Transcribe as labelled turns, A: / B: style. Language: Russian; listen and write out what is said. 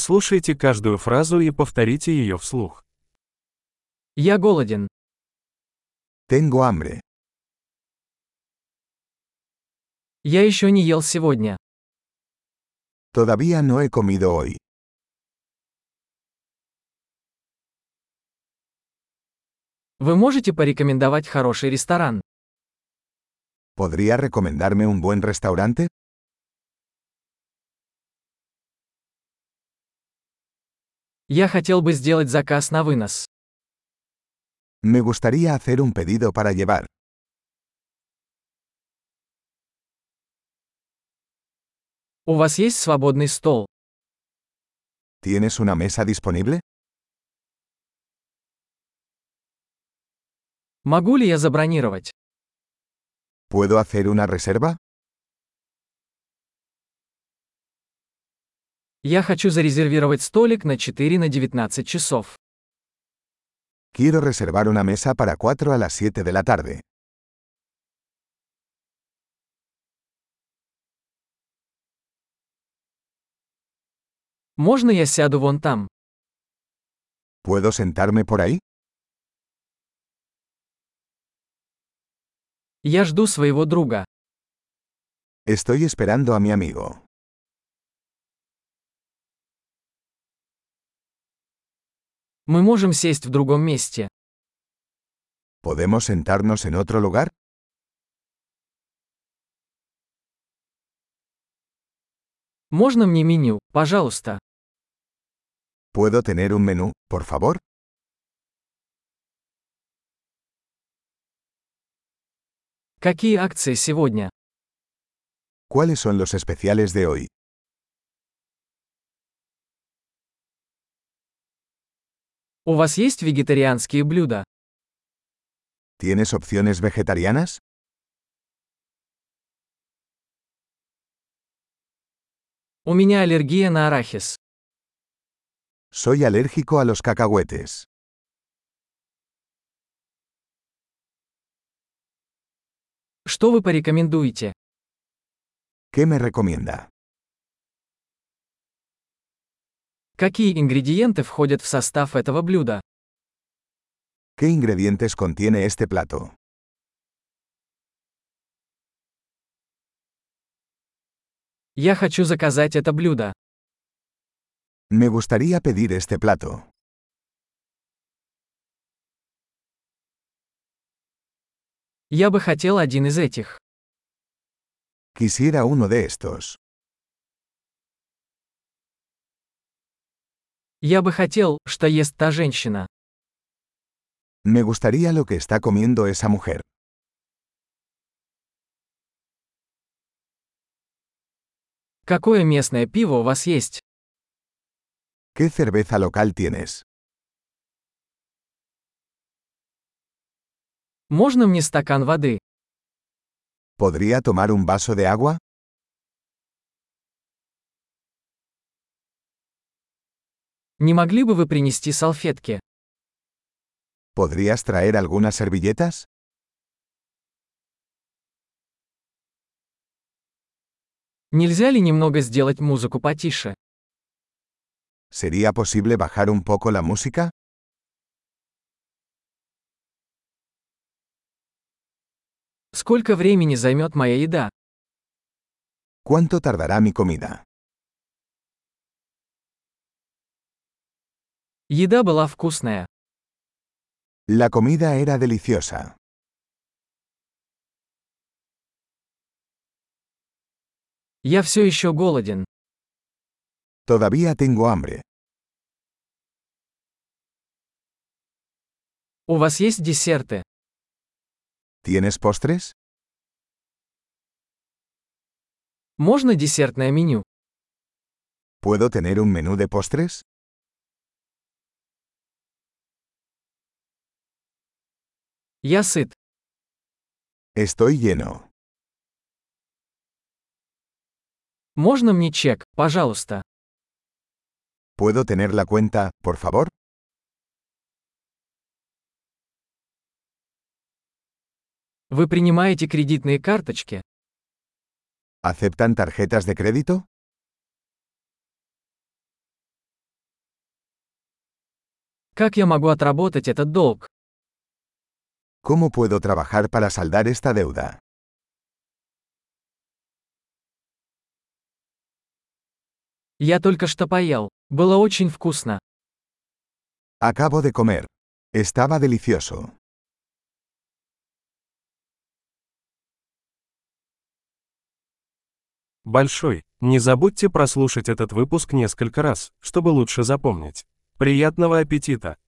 A: Прослушайте каждую фразу и повторите ее вслух.
B: Я голоден.
C: Tengo hambre.
B: Я еще не ел сегодня.
C: Todavía no he comido hoy.
B: Вы можете порекомендовать хороший ресторан?
C: ¿Podría recomendarme un buen restaurante?
B: Я хотел бы сделать заказ на вынос.
C: Me gustaría hacer un pedido para llevar.
B: У вас есть свободный стол?
C: ¿Tienes una mesa disponible?
B: Могу ли я забронировать?
C: ¿Puedo hacer una reserva?
B: Я хочу зарезервировать столик на 4 на 19 часов.
C: Quiero reservar una mesa para 4 a las 7 de la tarde.
B: Можно я сяду вон там?
C: ¿Puedo sentarme por ahí?
B: Я жду своего друга.
C: Estoy esperando a mi amigo.
B: Мы можем сесть в другом месте.
C: ¿Podemos sentarnos en otro lugar?
B: Можно мне меню, пожалуйста?
C: ¿Puedo tener un menú, por favor?
B: Какие акции сегодня?
C: ¿Cuáles son los especiales de hoy?
B: У вас есть вегетарианские блюда?
C: ¿Tienes opciones vegetarianas?
B: У меня аллергия на арахис.
C: Soy alérgico a los cacahuetes.
B: Что вы порекомендуете?
C: ¿Qué me recomienda?
B: Какие ингредиенты входят в состав этого блюда?
C: ¿Qué ingredientes contiene este plato?
B: Я хочу заказать это блюдо.
C: Me gustaría pedir este plato.
B: Я бы хотел один из этих.
C: Quisiera uno de estos.
B: Я бы хотел, что ест та женщина.
C: Me gustaría lo que está comiendo esa mujer.
B: Какое местное пиво у вас есть?
C: ¿Qué cerveza local tienes?
B: Можно мне стакан воды?
C: ¿Podría tomar un vaso de agua?
B: Не могли бы вы принести салфетки?
C: ¿Podrías traer algunas servilletas?
B: Нельзя ли немного сделать музыку потише?
C: ¿Sería posible bajar un poco la música?
B: Сколько времени займет моя еда?
C: ¿Cuánto tardará mi comida?
B: Еда была вкусная.
C: La comida era deliciosa.
B: Я все еще голоден.
C: Todavía tengo hambre.
B: У вас есть десерты?
C: ¿Tienes postres?
B: Можно десертное меню?
C: ¿Puedo tener un menú de postres?
B: Я сыт.
C: Estoy lleno.
B: Можно мне чек, пожалуйста?
C: ¿Puedo tener la cuenta, por favor?
B: Вы принимаете кредитные карточки?
C: ¿Aceptan tarjetas de crédito?
B: Как я могу отработать этот долг?
C: ¿Cómo puedo trabajar para saldar esta deuda?
B: Я только что поел. Было очень вкусно.
C: Acabo de comer. Estaba delicioso.
A: Большой, не забудьте прослушать этот выпуск несколько раз, чтобы лучше запомнить. Приятного аппетита!